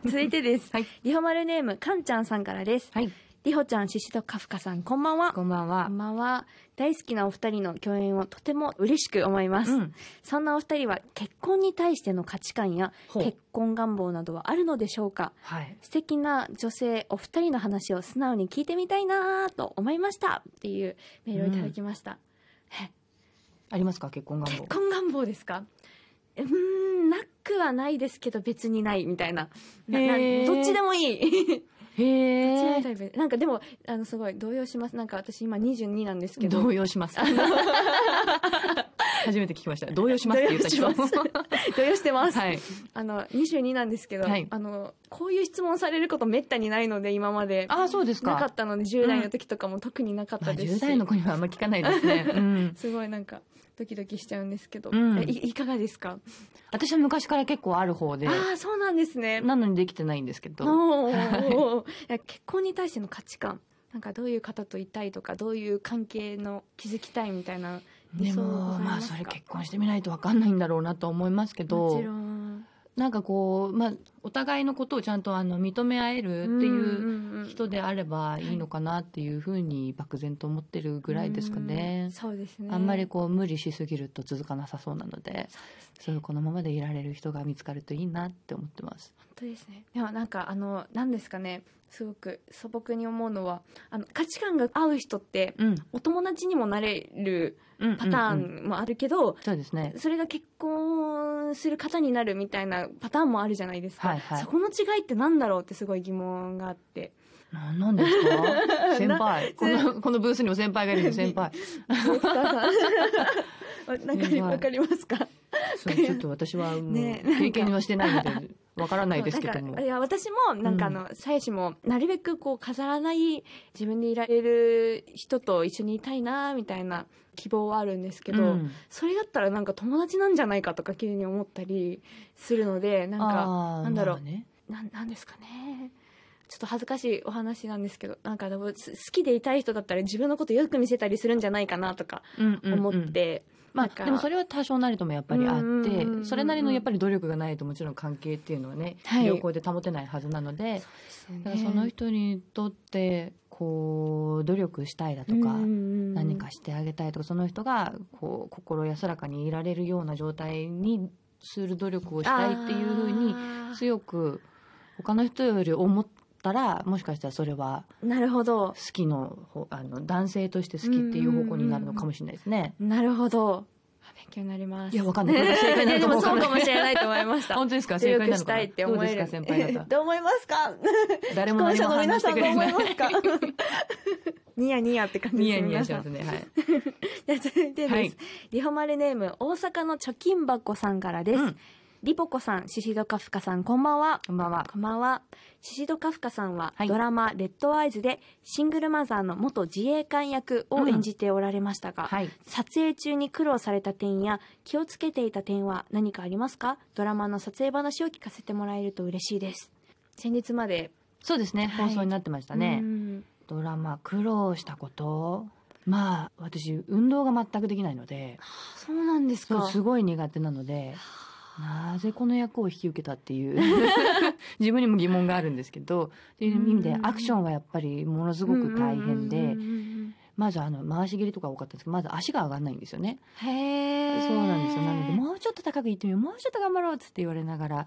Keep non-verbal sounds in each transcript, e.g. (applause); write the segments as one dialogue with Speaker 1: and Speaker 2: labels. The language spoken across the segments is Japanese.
Speaker 1: (laughs) 続いてです、
Speaker 2: はい
Speaker 1: リホマルネームかんちゃんさんからです
Speaker 2: はい。
Speaker 1: リホちゃんシシドカフカさんこんばんは
Speaker 2: こんばんは
Speaker 1: こん。ばんは大好きなお二人の共演をとても嬉しく思います、
Speaker 2: うん
Speaker 1: そんなお二人は結婚に対しての価値観や
Speaker 2: ほう
Speaker 1: 結婚願望などはあるのでしょうか
Speaker 2: はい。
Speaker 1: 素敵な女性お二人の話を素直に聞いてみたいなと思いましたっていうメールをいただきました、え
Speaker 2: ありますか結婚願望
Speaker 1: 結。婚願望ですかうーんなくはないですけど別にないみたいななな
Speaker 2: へー
Speaker 1: どっちでもいいどっちでもい
Speaker 2: へ
Speaker 1: いタイプなんかでもあのすごい動揺しますなんか私今22なんですけど
Speaker 2: 動揺し (laughs) ます。初めて聞きました。動揺しますって言った人。
Speaker 1: 動揺し (laughs) 動揺してます、
Speaker 2: はい。
Speaker 1: あの22なんですけど、
Speaker 2: はい
Speaker 1: あのこういう質問されることめったにないので今まで
Speaker 2: ああ、そうです
Speaker 1: なか
Speaker 2: か
Speaker 1: っ。たので10代の時とかも特になかっ
Speaker 2: まあ、
Speaker 1: たです
Speaker 2: 10
Speaker 1: し、
Speaker 2: 代の子にはあんま聞かないです (laughs) ね。うん。
Speaker 1: すごいなんかドキドキしちゃうんですけど、
Speaker 2: うん
Speaker 1: えいいかがですか、
Speaker 2: 私は昔から結構ある方で、
Speaker 1: ああそうなんですね
Speaker 2: なのにできてないんですけど。
Speaker 1: おー
Speaker 2: はい
Speaker 1: おーいや結婚に対しての価値観なんかどういう方といたいとかどういう関係の築きたいみたいな理
Speaker 2: で
Speaker 1: 想ご
Speaker 2: も、
Speaker 1: ざい
Speaker 2: まあ、
Speaker 1: す
Speaker 2: そ
Speaker 1: か
Speaker 2: れ結婚してみないとわかんないんだろうなとは思いますけ
Speaker 1: も
Speaker 2: ど
Speaker 1: ち、ろん
Speaker 2: なんかこう、まあ、お互いのことをちゃんとあの認め合えるってい
Speaker 1: うんうん
Speaker 2: う
Speaker 1: うん
Speaker 2: 人であればいいのかなっていうふうに漠然と思ってるぐらいですか
Speaker 1: う
Speaker 2: ね
Speaker 1: ん。そうですね
Speaker 2: あんまりこう無理しすぎると続かなさそうなの
Speaker 1: そ
Speaker 2: で、
Speaker 1: うですね
Speaker 2: そういうこのままでいられる人が見つかるといいなって思ってます。
Speaker 1: 本当ですねでもなんかあの何ですかねすごく素朴に思うのはあの価値観が合う人って
Speaker 2: うん。
Speaker 1: お友達にもなれる
Speaker 2: うん
Speaker 1: パター。ンもあるけど、
Speaker 2: そうですね。
Speaker 1: それが結婚する方になるみたいなパターンもあるじゃないですか、
Speaker 2: はいはい
Speaker 1: そこの違いってなんだろうってすごい疑問があって
Speaker 2: ななんです
Speaker 1: (laughs)
Speaker 2: か先輩。こ
Speaker 1: な
Speaker 2: の、このブースにも先輩がいるんで先輩。
Speaker 1: ディレクターさんなん
Speaker 2: や
Speaker 1: か
Speaker 2: ばい
Speaker 1: わかりますか
Speaker 2: そうちょっと私はもう
Speaker 1: ねなんか
Speaker 2: 経験はしてないので、わからないですけど
Speaker 1: なん
Speaker 2: も
Speaker 1: か。いや私もなんかあの、妻子もなるべくこう飾らない自分でいられる人と一緒にいたいなみたいな希望はあるんですけど、
Speaker 2: うん
Speaker 1: それだったらなんか友達なんじゃないかとか急に思ったりするのでなんか
Speaker 2: あー
Speaker 1: なんだろう
Speaker 2: まあね
Speaker 1: なんなんですかねちょっと恥ずかしいお話なんですけどなんかでもす好きでいたい人だったら自分のことよく見せたりするんじゃないかなとか
Speaker 2: うんうんうん
Speaker 1: 思って、
Speaker 2: ま
Speaker 1: なんか
Speaker 2: あ、でもそれは多少なりともやっぱりあ
Speaker 1: うんうんうんうんう
Speaker 2: っ
Speaker 1: ん
Speaker 2: てそれなりのやっぱり努力がないともちろん関係っていうのはね、
Speaker 1: はい
Speaker 2: 良好で保てないはずなのでだからその人にとってこう努力したいだとか、何
Speaker 1: 何
Speaker 2: かしてあげたいとかその人がこう心安らかにいられるような状態にする努力をしたいっていうふうに強く他の人より思ったらもしかしたらそれは
Speaker 1: なるほど
Speaker 2: 好きの方あの男性として好きっていう方向になるのかもしれないですね。
Speaker 1: なるほどあ勉強になります
Speaker 2: いやわかんない (laughs) これが正解なの
Speaker 1: で
Speaker 2: か
Speaker 1: も
Speaker 2: わか
Speaker 1: そ
Speaker 2: ん
Speaker 1: う
Speaker 2: ない
Speaker 1: かもしれないと思い (laughs) ました
Speaker 2: 本当ですか正
Speaker 1: 強
Speaker 2: 解
Speaker 1: く
Speaker 2: な
Speaker 1: し
Speaker 2: のか
Speaker 1: た
Speaker 2: ない
Speaker 1: って思え
Speaker 2: どうで
Speaker 1: る
Speaker 2: すか先輩 (laughs) 方
Speaker 1: どう思いますか
Speaker 2: 誰も
Speaker 1: 既婚者
Speaker 2: 何も
Speaker 1: の皆
Speaker 2: 話し
Speaker 1: さ
Speaker 2: て
Speaker 1: んど
Speaker 2: く
Speaker 1: う
Speaker 2: れ
Speaker 1: 思
Speaker 2: な
Speaker 1: い
Speaker 2: い
Speaker 1: ますかニヤニヤって感じです
Speaker 2: ニヤニヤします
Speaker 1: 皆
Speaker 2: ねは
Speaker 1: さ
Speaker 2: い、
Speaker 1: んじゃあ続いてです、
Speaker 2: はい
Speaker 1: リホマルネーム大阪の貯金箱さんからです、
Speaker 2: うん
Speaker 1: リポコさんシシドカフカさんこんばんは
Speaker 2: こんばんは
Speaker 1: こんばんは。シシドカフカさんは、
Speaker 2: はい
Speaker 1: ドラマ「レッドアイズ」でシングルマザーの元自衛官役を演じておられましたが、
Speaker 2: はい、
Speaker 1: 撮影中に苦労された点や気をつけていた点は何かありますかドラマの撮影話を聞かせてもらえると嬉しいです。先日まで、
Speaker 2: そうですね
Speaker 1: はい
Speaker 2: 放送になってました
Speaker 1: う
Speaker 2: ね、
Speaker 1: ん
Speaker 2: ドラマ苦労したことまあ私運動が全くできないので
Speaker 1: あそうなんです
Speaker 2: そ
Speaker 1: か。
Speaker 2: うすごい苦手なのでなぜこの役を引き受けたっていう (laughs) 自分にも疑問があるんですけどっていう意味でアクションはやっぱりものすごく大変
Speaker 1: うんうんう
Speaker 2: で
Speaker 1: んうん
Speaker 2: まずあの回し蹴りとか多かったんですけどまず足が上がらないんですよね
Speaker 1: うん。へえ。
Speaker 2: そうなんですよ。なので、もうちょっと高く行ってみよう。もうちょっと頑張ろうっつって言われながら、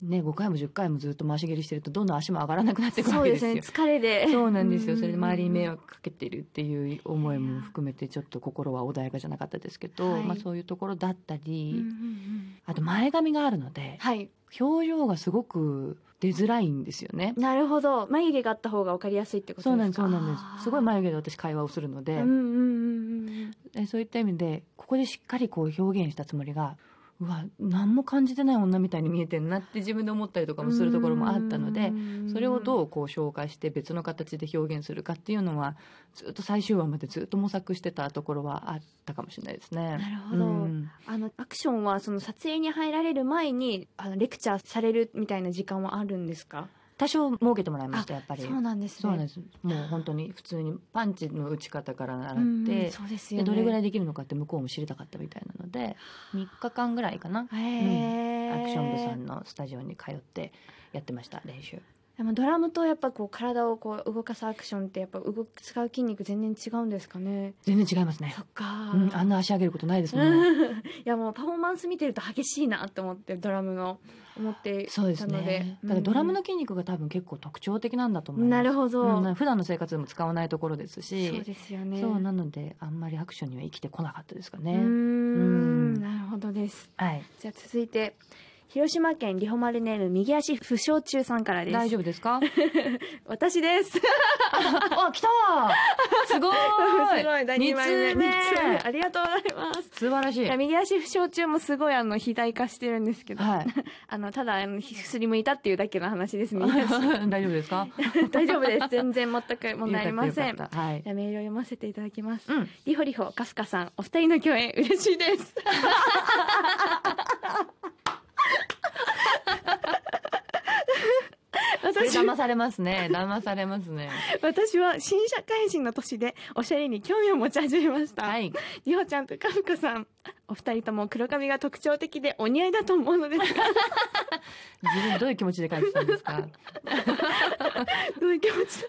Speaker 2: ね、5回も10回もずっと回し蹴りしてると、どんどん足も上がらなくなってくる
Speaker 1: そ
Speaker 2: わ
Speaker 1: うで
Speaker 2: けです
Speaker 1: す
Speaker 2: よ。
Speaker 1: ね。疲れで。
Speaker 2: そうなんですよ。それで周りに迷
Speaker 1: 惑。
Speaker 2: 惑かけてるっていう思いも含めて、ちょっと心は穏やかじゃなかったですけど、
Speaker 1: はい
Speaker 2: まあそういうところだったり、
Speaker 1: うんうんうん
Speaker 2: あと前髪があるので、
Speaker 1: はい。
Speaker 2: 表情がすごく出づらいんですよね。
Speaker 1: なるほど眉毛があった方が分かりやすいってことですか
Speaker 2: そうなんです、そうなんです。すごい
Speaker 1: 眉
Speaker 2: 眉毛で私会話をするの
Speaker 1: う
Speaker 2: で、
Speaker 1: んうんうんうん
Speaker 2: えそういった意味でここでしっかりこう表現したつもりがうわ何も感じてない女みたいに見えてんなって自分で思ったりとかもするところもあったのでそれを
Speaker 1: う
Speaker 2: どうこう紹介して別の形で表現するかっていうのはずっと最終話までずっと模索してたところはあったかもしれないですね。
Speaker 1: なるほど
Speaker 2: うん
Speaker 1: あのアクションはその撮影に入られる前にあのレクチャーされるみたいな時間はあるんですか
Speaker 2: 多少設けてもらいましたやっぱり
Speaker 1: そうなんですね
Speaker 2: そうなん
Speaker 1: で
Speaker 2: ですもう本当に普通にパンチの打ち方から習って、
Speaker 1: そうですよ
Speaker 2: で
Speaker 1: ね
Speaker 2: どれぐら
Speaker 1: い
Speaker 2: いできるのかって向こうも知りたかったみたいなので3日間ぐらいかな
Speaker 1: へえ、
Speaker 2: アクション部さんのスタジオに通ってやってました練習
Speaker 1: でもドラムとやっぱこう体をこう動かすアクションってやっぱ動く使う筋肉全然違うんですかね。
Speaker 2: 全然違いますね
Speaker 1: そっかー、
Speaker 2: うん、あんな足上げることないですもんね
Speaker 1: うん (laughs) いやもうパフォーマンス見てると激しいなと思ってドラムの思っていた
Speaker 2: そ
Speaker 1: の
Speaker 2: う
Speaker 1: で
Speaker 2: ですねだからドラムの
Speaker 1: う
Speaker 2: 筋肉が多分結構特徴的なんだと思い
Speaker 1: ん
Speaker 2: ます
Speaker 1: なるほど、
Speaker 2: うん、普段の生活でも使わないところですし
Speaker 1: そうですよね
Speaker 2: そうなのであんまりアクションには生きてこなかったですか
Speaker 1: う
Speaker 2: ね、
Speaker 1: ー
Speaker 2: うん
Speaker 1: んなるほどです
Speaker 2: はい
Speaker 1: じゃあ続いて広島県リホマルネーム右足負傷中さんからです
Speaker 2: 大丈夫で
Speaker 1: (laughs)
Speaker 2: すか
Speaker 1: 私ですす
Speaker 2: あ来たすごーい
Speaker 1: ごい第二枚目
Speaker 2: 二通目
Speaker 1: 二通目ありがとうございます
Speaker 2: 素晴らし
Speaker 1: い
Speaker 2: い
Speaker 1: や右足負傷中もすごいあの肥大化してるんですけど、
Speaker 2: はい
Speaker 1: あのただあのひすりむいたっていうだけの話
Speaker 2: (laughs)
Speaker 1: ですね
Speaker 2: 大丈夫ですか
Speaker 1: 大丈夫です全然全く問題ありません
Speaker 2: よかったよかったはい
Speaker 1: じゃあメールを読ませていただきます。
Speaker 2: うん
Speaker 1: リホリホ、カフカさん、お二人の共演嬉しい
Speaker 2: (laughs)
Speaker 1: です。
Speaker 2: こ
Speaker 1: 私
Speaker 2: れ騙されますね騙されますね
Speaker 1: 私は新社会人の年でおしゃれに興味を持ち始めました、
Speaker 2: はい
Speaker 1: リホちゃんとカフカさんお二人とも黒髪が特徴的でお似合いだと思うのですが
Speaker 2: 自分どういう気持ちで書いてたんですか
Speaker 1: どういう気持 (laughs) ちだ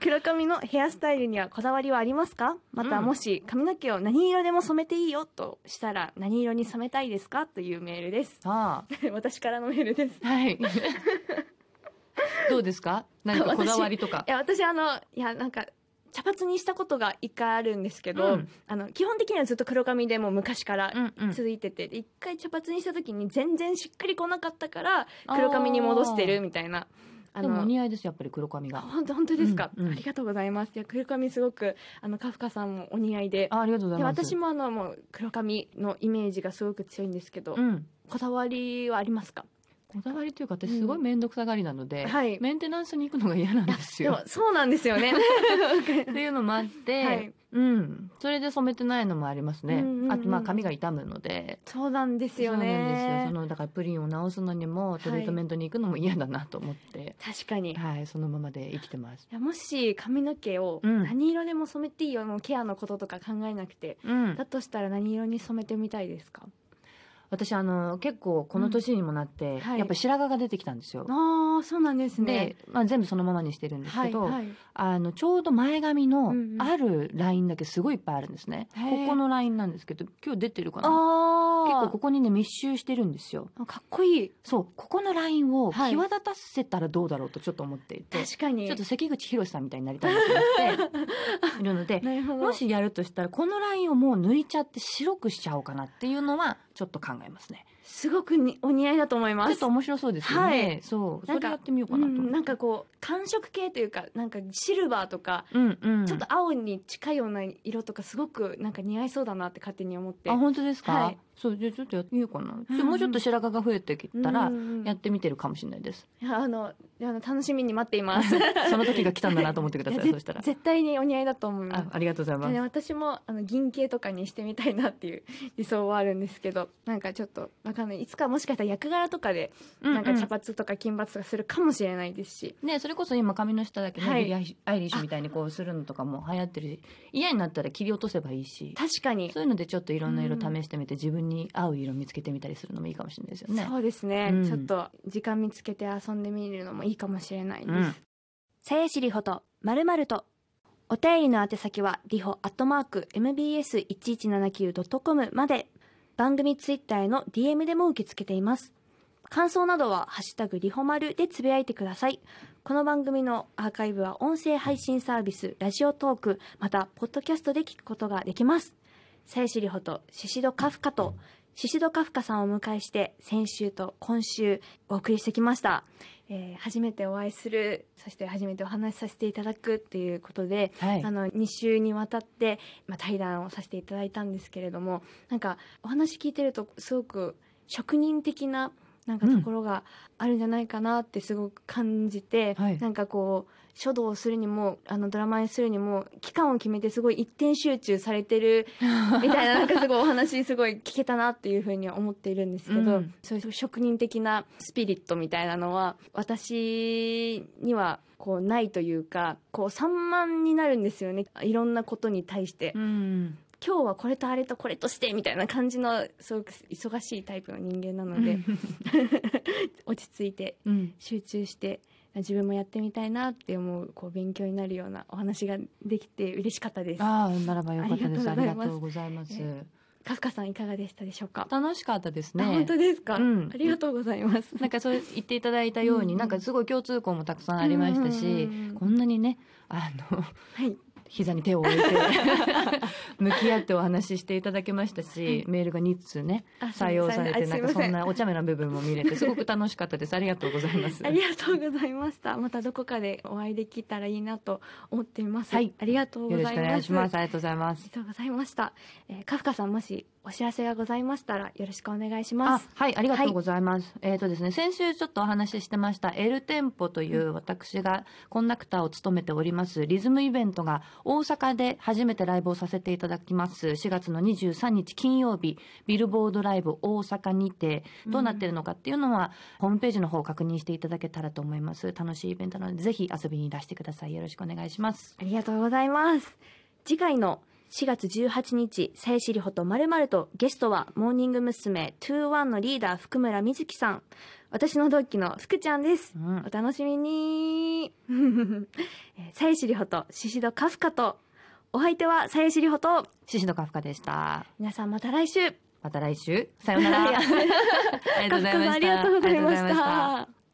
Speaker 1: 黒髪のヘアスタイルにはこだわりはありますかまた
Speaker 2: うん
Speaker 1: もし髪の毛を何色でも染めていいよとしたら何色に染めたいですかというメールです (laughs)
Speaker 2: さ
Speaker 1: 私からのメールです。
Speaker 2: あはいどうですか何かこだわりとか
Speaker 1: いや、私あの、いや、なんか、茶髪にしたことが一回あるんですけど、
Speaker 2: うん
Speaker 1: あの、基本的にはずっと黒髪でもう昔から
Speaker 2: うんうん
Speaker 1: 続いてて、で一回茶髪にした時に全然しっくりこなかったから、黒髪に戻してるみたいな。あ
Speaker 2: でもお
Speaker 1: の、
Speaker 2: 似合いですやっぱり黒髪が
Speaker 1: 本当本当ですか、
Speaker 2: うんうん
Speaker 1: ありがとうございます。いや、黒髪すごく、あの、カフカさんもお似合いで。
Speaker 2: あありがとうござ
Speaker 1: で
Speaker 2: います
Speaker 1: 私もあのもう黒髪のイメージがすごく強いんですけど、
Speaker 2: うん
Speaker 1: こだわりはありますか
Speaker 2: こだわりというか私すごい面倒くさがりなので、
Speaker 1: うんはい
Speaker 2: メンテナンスに行くのが嫌なんです
Speaker 1: で
Speaker 2: よ
Speaker 1: もそうなんです
Speaker 2: (laughs)
Speaker 1: よね。
Speaker 2: っていうのもあって、
Speaker 1: はい
Speaker 2: うん、それで染めてないのもあります
Speaker 1: う
Speaker 2: ね、
Speaker 1: んうんうん
Speaker 2: あとまあ髪が傷むので
Speaker 1: そうなんですよね。
Speaker 2: そうなんですよそのだからプリンを直すのにもトリートメントに行くのも嫌だなと思って、
Speaker 1: 確かに、い
Speaker 2: はいそのままで生きてます、
Speaker 1: やもし髪の毛を
Speaker 2: うん
Speaker 1: 何色でも染めていいよのケアのこととか考えなくて、
Speaker 2: う
Speaker 1: (laughs)
Speaker 2: ん
Speaker 1: だ、としたら何色に染めてみたいですか
Speaker 2: 私あの結構この年にもなって、
Speaker 1: んはい
Speaker 2: やっぱ白髪が出てきたんですよ、
Speaker 1: ああそうなんですね
Speaker 2: で、まあ、全部そのままにしてるんです
Speaker 1: は
Speaker 2: け
Speaker 1: い
Speaker 2: ど、
Speaker 1: はい
Speaker 2: あのちょうど前髪の
Speaker 1: うんうん
Speaker 2: あるラインだけすごいいっぱいあるんですね、
Speaker 1: へー
Speaker 2: ここのラインなんですけど今日出てるかな結
Speaker 1: あ
Speaker 2: 構ここにね密集してるんですよ
Speaker 1: あかっこいい
Speaker 2: そうここのラインを
Speaker 1: はい
Speaker 2: 際立たせたらどうだろうとちょっと思っていて、
Speaker 1: 確かに
Speaker 2: ちょっと関口宏さんみたいになりたいなと思っているの
Speaker 1: (laughs)
Speaker 2: で
Speaker 1: なるほど
Speaker 2: もしやるとしたらこのラインをもう抜いちゃって白くしちゃおうかなっていうのはちょっと考えますね
Speaker 1: すごくにお似合いだと思い
Speaker 2: ち
Speaker 1: ま
Speaker 2: ょっ
Speaker 1: す
Speaker 2: と面白そうですよね、
Speaker 1: はい
Speaker 2: そう
Speaker 1: なん
Speaker 2: そ
Speaker 1: か
Speaker 2: れやってみよう
Speaker 1: う
Speaker 2: かなと思って
Speaker 1: ん、なんかこう寒色系というかなんかシルバーとか、
Speaker 2: うんうん
Speaker 1: ちょっと青に近いような色とかすごくなんか似合いそうだなって勝手に思って
Speaker 2: あ本当ですか、
Speaker 1: はい
Speaker 2: そうじゃあちょっとやってみようかな、
Speaker 1: うんうん
Speaker 2: もうちょっと白髪が増えてきたら
Speaker 1: うんうんうん
Speaker 2: やってみてるかもしれないです、
Speaker 1: いやあのいやあの楽しみに待っています
Speaker 2: (laughs) その時が来たんだなと思って
Speaker 1: (laughs)
Speaker 2: くださ
Speaker 1: い
Speaker 2: い
Speaker 1: や
Speaker 2: そしたら
Speaker 1: 絶対にお似合いだと思いま
Speaker 2: あ
Speaker 1: す
Speaker 2: ありがとうございます
Speaker 1: でね私もあの銀系とかにしてみたいなっていう理想はあるんですけどなんかちょっとわかんないいつかもしかしたら役柄とかで
Speaker 2: うん
Speaker 1: なんか
Speaker 2: うん
Speaker 1: 茶髪とか金髪とかするかもしれないですし、
Speaker 2: ね、それこそ今髪の下だけね、
Speaker 1: はい
Speaker 2: ビリーアイリッシュみたいにこうするのとかも流行ってるし嫌になったら切り落とせばいいし
Speaker 1: 確かに
Speaker 2: そういうのでちょっといろんな色
Speaker 1: うん
Speaker 2: 試してみて、自分に合う色見つけてみたりするのもいいかもしれないですよね
Speaker 1: そうですね、
Speaker 2: うん
Speaker 1: ちょっと時間見つけて遊んでみるのもいいかもしれないです、
Speaker 2: うん
Speaker 1: さやしりほとまるまるとお便りの宛先はりほアットマーク mbs1179.com まで番組ツイッターへの DM でも受け付けています感想などは「ハッシュタグリホまる」でつぶやいてくださいこの番組のアーカイブは音声配信サービスラジオトークまたポッドキャストで聞くことができますさやしりほとシシドカフカとシシドカフカさんをお迎えして先週と今週お送りしてきました、えー初めてお会いするそして初めてお話しさせていただくということで、
Speaker 2: はい
Speaker 1: あの2週にわたって、まあ、対談をさせていただいたんですけれどもなんかお話聞いてるとすごく職人的ななんかところがあるんじゃないかなってすごく感じて、
Speaker 2: はい
Speaker 1: なんかこう書道をするにもあのドラマにするにも期間を決めてすごい一点集中されてる
Speaker 2: (laughs)
Speaker 1: みたいななんかすごいお話すごい聞けたなっていうふうには思っているんですけど、
Speaker 2: うん
Speaker 1: そういう職人的なスピリットみたいなのは私にはこうないというかこう散漫になるんですよねいろんなことに対して。
Speaker 2: うん
Speaker 1: 今日はこれとあれとこれとしてみたいな感じのすごく忙しいタイプの人間なので、落ち着いて
Speaker 2: うん、
Speaker 1: 集中して自分もやってみたいなって思うこう勉強になるようなお話ができて嬉しかったです。
Speaker 2: ああならばよかったです
Speaker 1: あ
Speaker 2: あ
Speaker 1: り
Speaker 2: り
Speaker 1: が
Speaker 2: が
Speaker 1: と
Speaker 2: と
Speaker 1: う
Speaker 2: うございます
Speaker 1: ねカフカさんいかがでしたでしょうか。
Speaker 2: 楽しかったですね
Speaker 1: あ本当ですか、
Speaker 2: うん
Speaker 1: ありがとうございます。
Speaker 2: なんかそう言っていただいたように、
Speaker 1: うん
Speaker 2: なんかすごい共通項もたくさんありましたし、
Speaker 1: うん
Speaker 2: こんなにねあの (laughs)
Speaker 1: はい。
Speaker 2: 膝に手を
Speaker 1: (laughs)
Speaker 2: 置いて向き合ってお話ししていただけましたし、メールが2通ね
Speaker 1: あ
Speaker 2: 採用されて
Speaker 1: す
Speaker 2: ないん
Speaker 1: ませ
Speaker 2: かそん
Speaker 1: あ
Speaker 2: なお茶目な部分も見れ
Speaker 1: (laughs)
Speaker 2: てすごく楽しかったですありがとうございます
Speaker 1: りがとうございました。またどこかでお会いできたらいいなと思っています。
Speaker 2: はい
Speaker 1: ありがとうご
Speaker 2: よろ
Speaker 1: ざ
Speaker 2: し
Speaker 1: い
Speaker 2: くお願
Speaker 1: ま
Speaker 2: い
Speaker 1: す。
Speaker 2: します
Speaker 1: あ
Speaker 2: ありがとうございま
Speaker 1: り
Speaker 2: す
Speaker 1: がとうございました。えー、カフカさんもしお知らせがございましたらよろしくお願いしま
Speaker 2: あ
Speaker 1: す。
Speaker 2: はいありがとうございます、えっ、とですね先週ちょっとお話ししてました L 店舗という私がコンダクターを務めておりますリズムイベントが大阪で初めてライブをさせていただきます4月の23日金曜日ビルボードライブ大阪にてどうなってるのかっていうのは、ホームページの方を確認していただけたらと思います楽しいイベントなのでぜひ遊びにいらしてくださいよろしくお願いします
Speaker 1: ありがとうございます。次回の4月18日、さえしりほとまるまるとゲストはモーニング娘。21のリーダー福村みずきさん。私の同期の福ちゃんです
Speaker 2: う。ん
Speaker 1: お楽しみに。 (laughs) えーさえしりほとししどかふかと。お相手はさえしりほと。
Speaker 2: シシドカフカでした
Speaker 1: 皆さんまた来週。
Speaker 2: また来週さようなら (laughs) ありがとうございました
Speaker 1: ありがとうございま
Speaker 2: ありがとうござ
Speaker 1: し
Speaker 2: い
Speaker 1: た。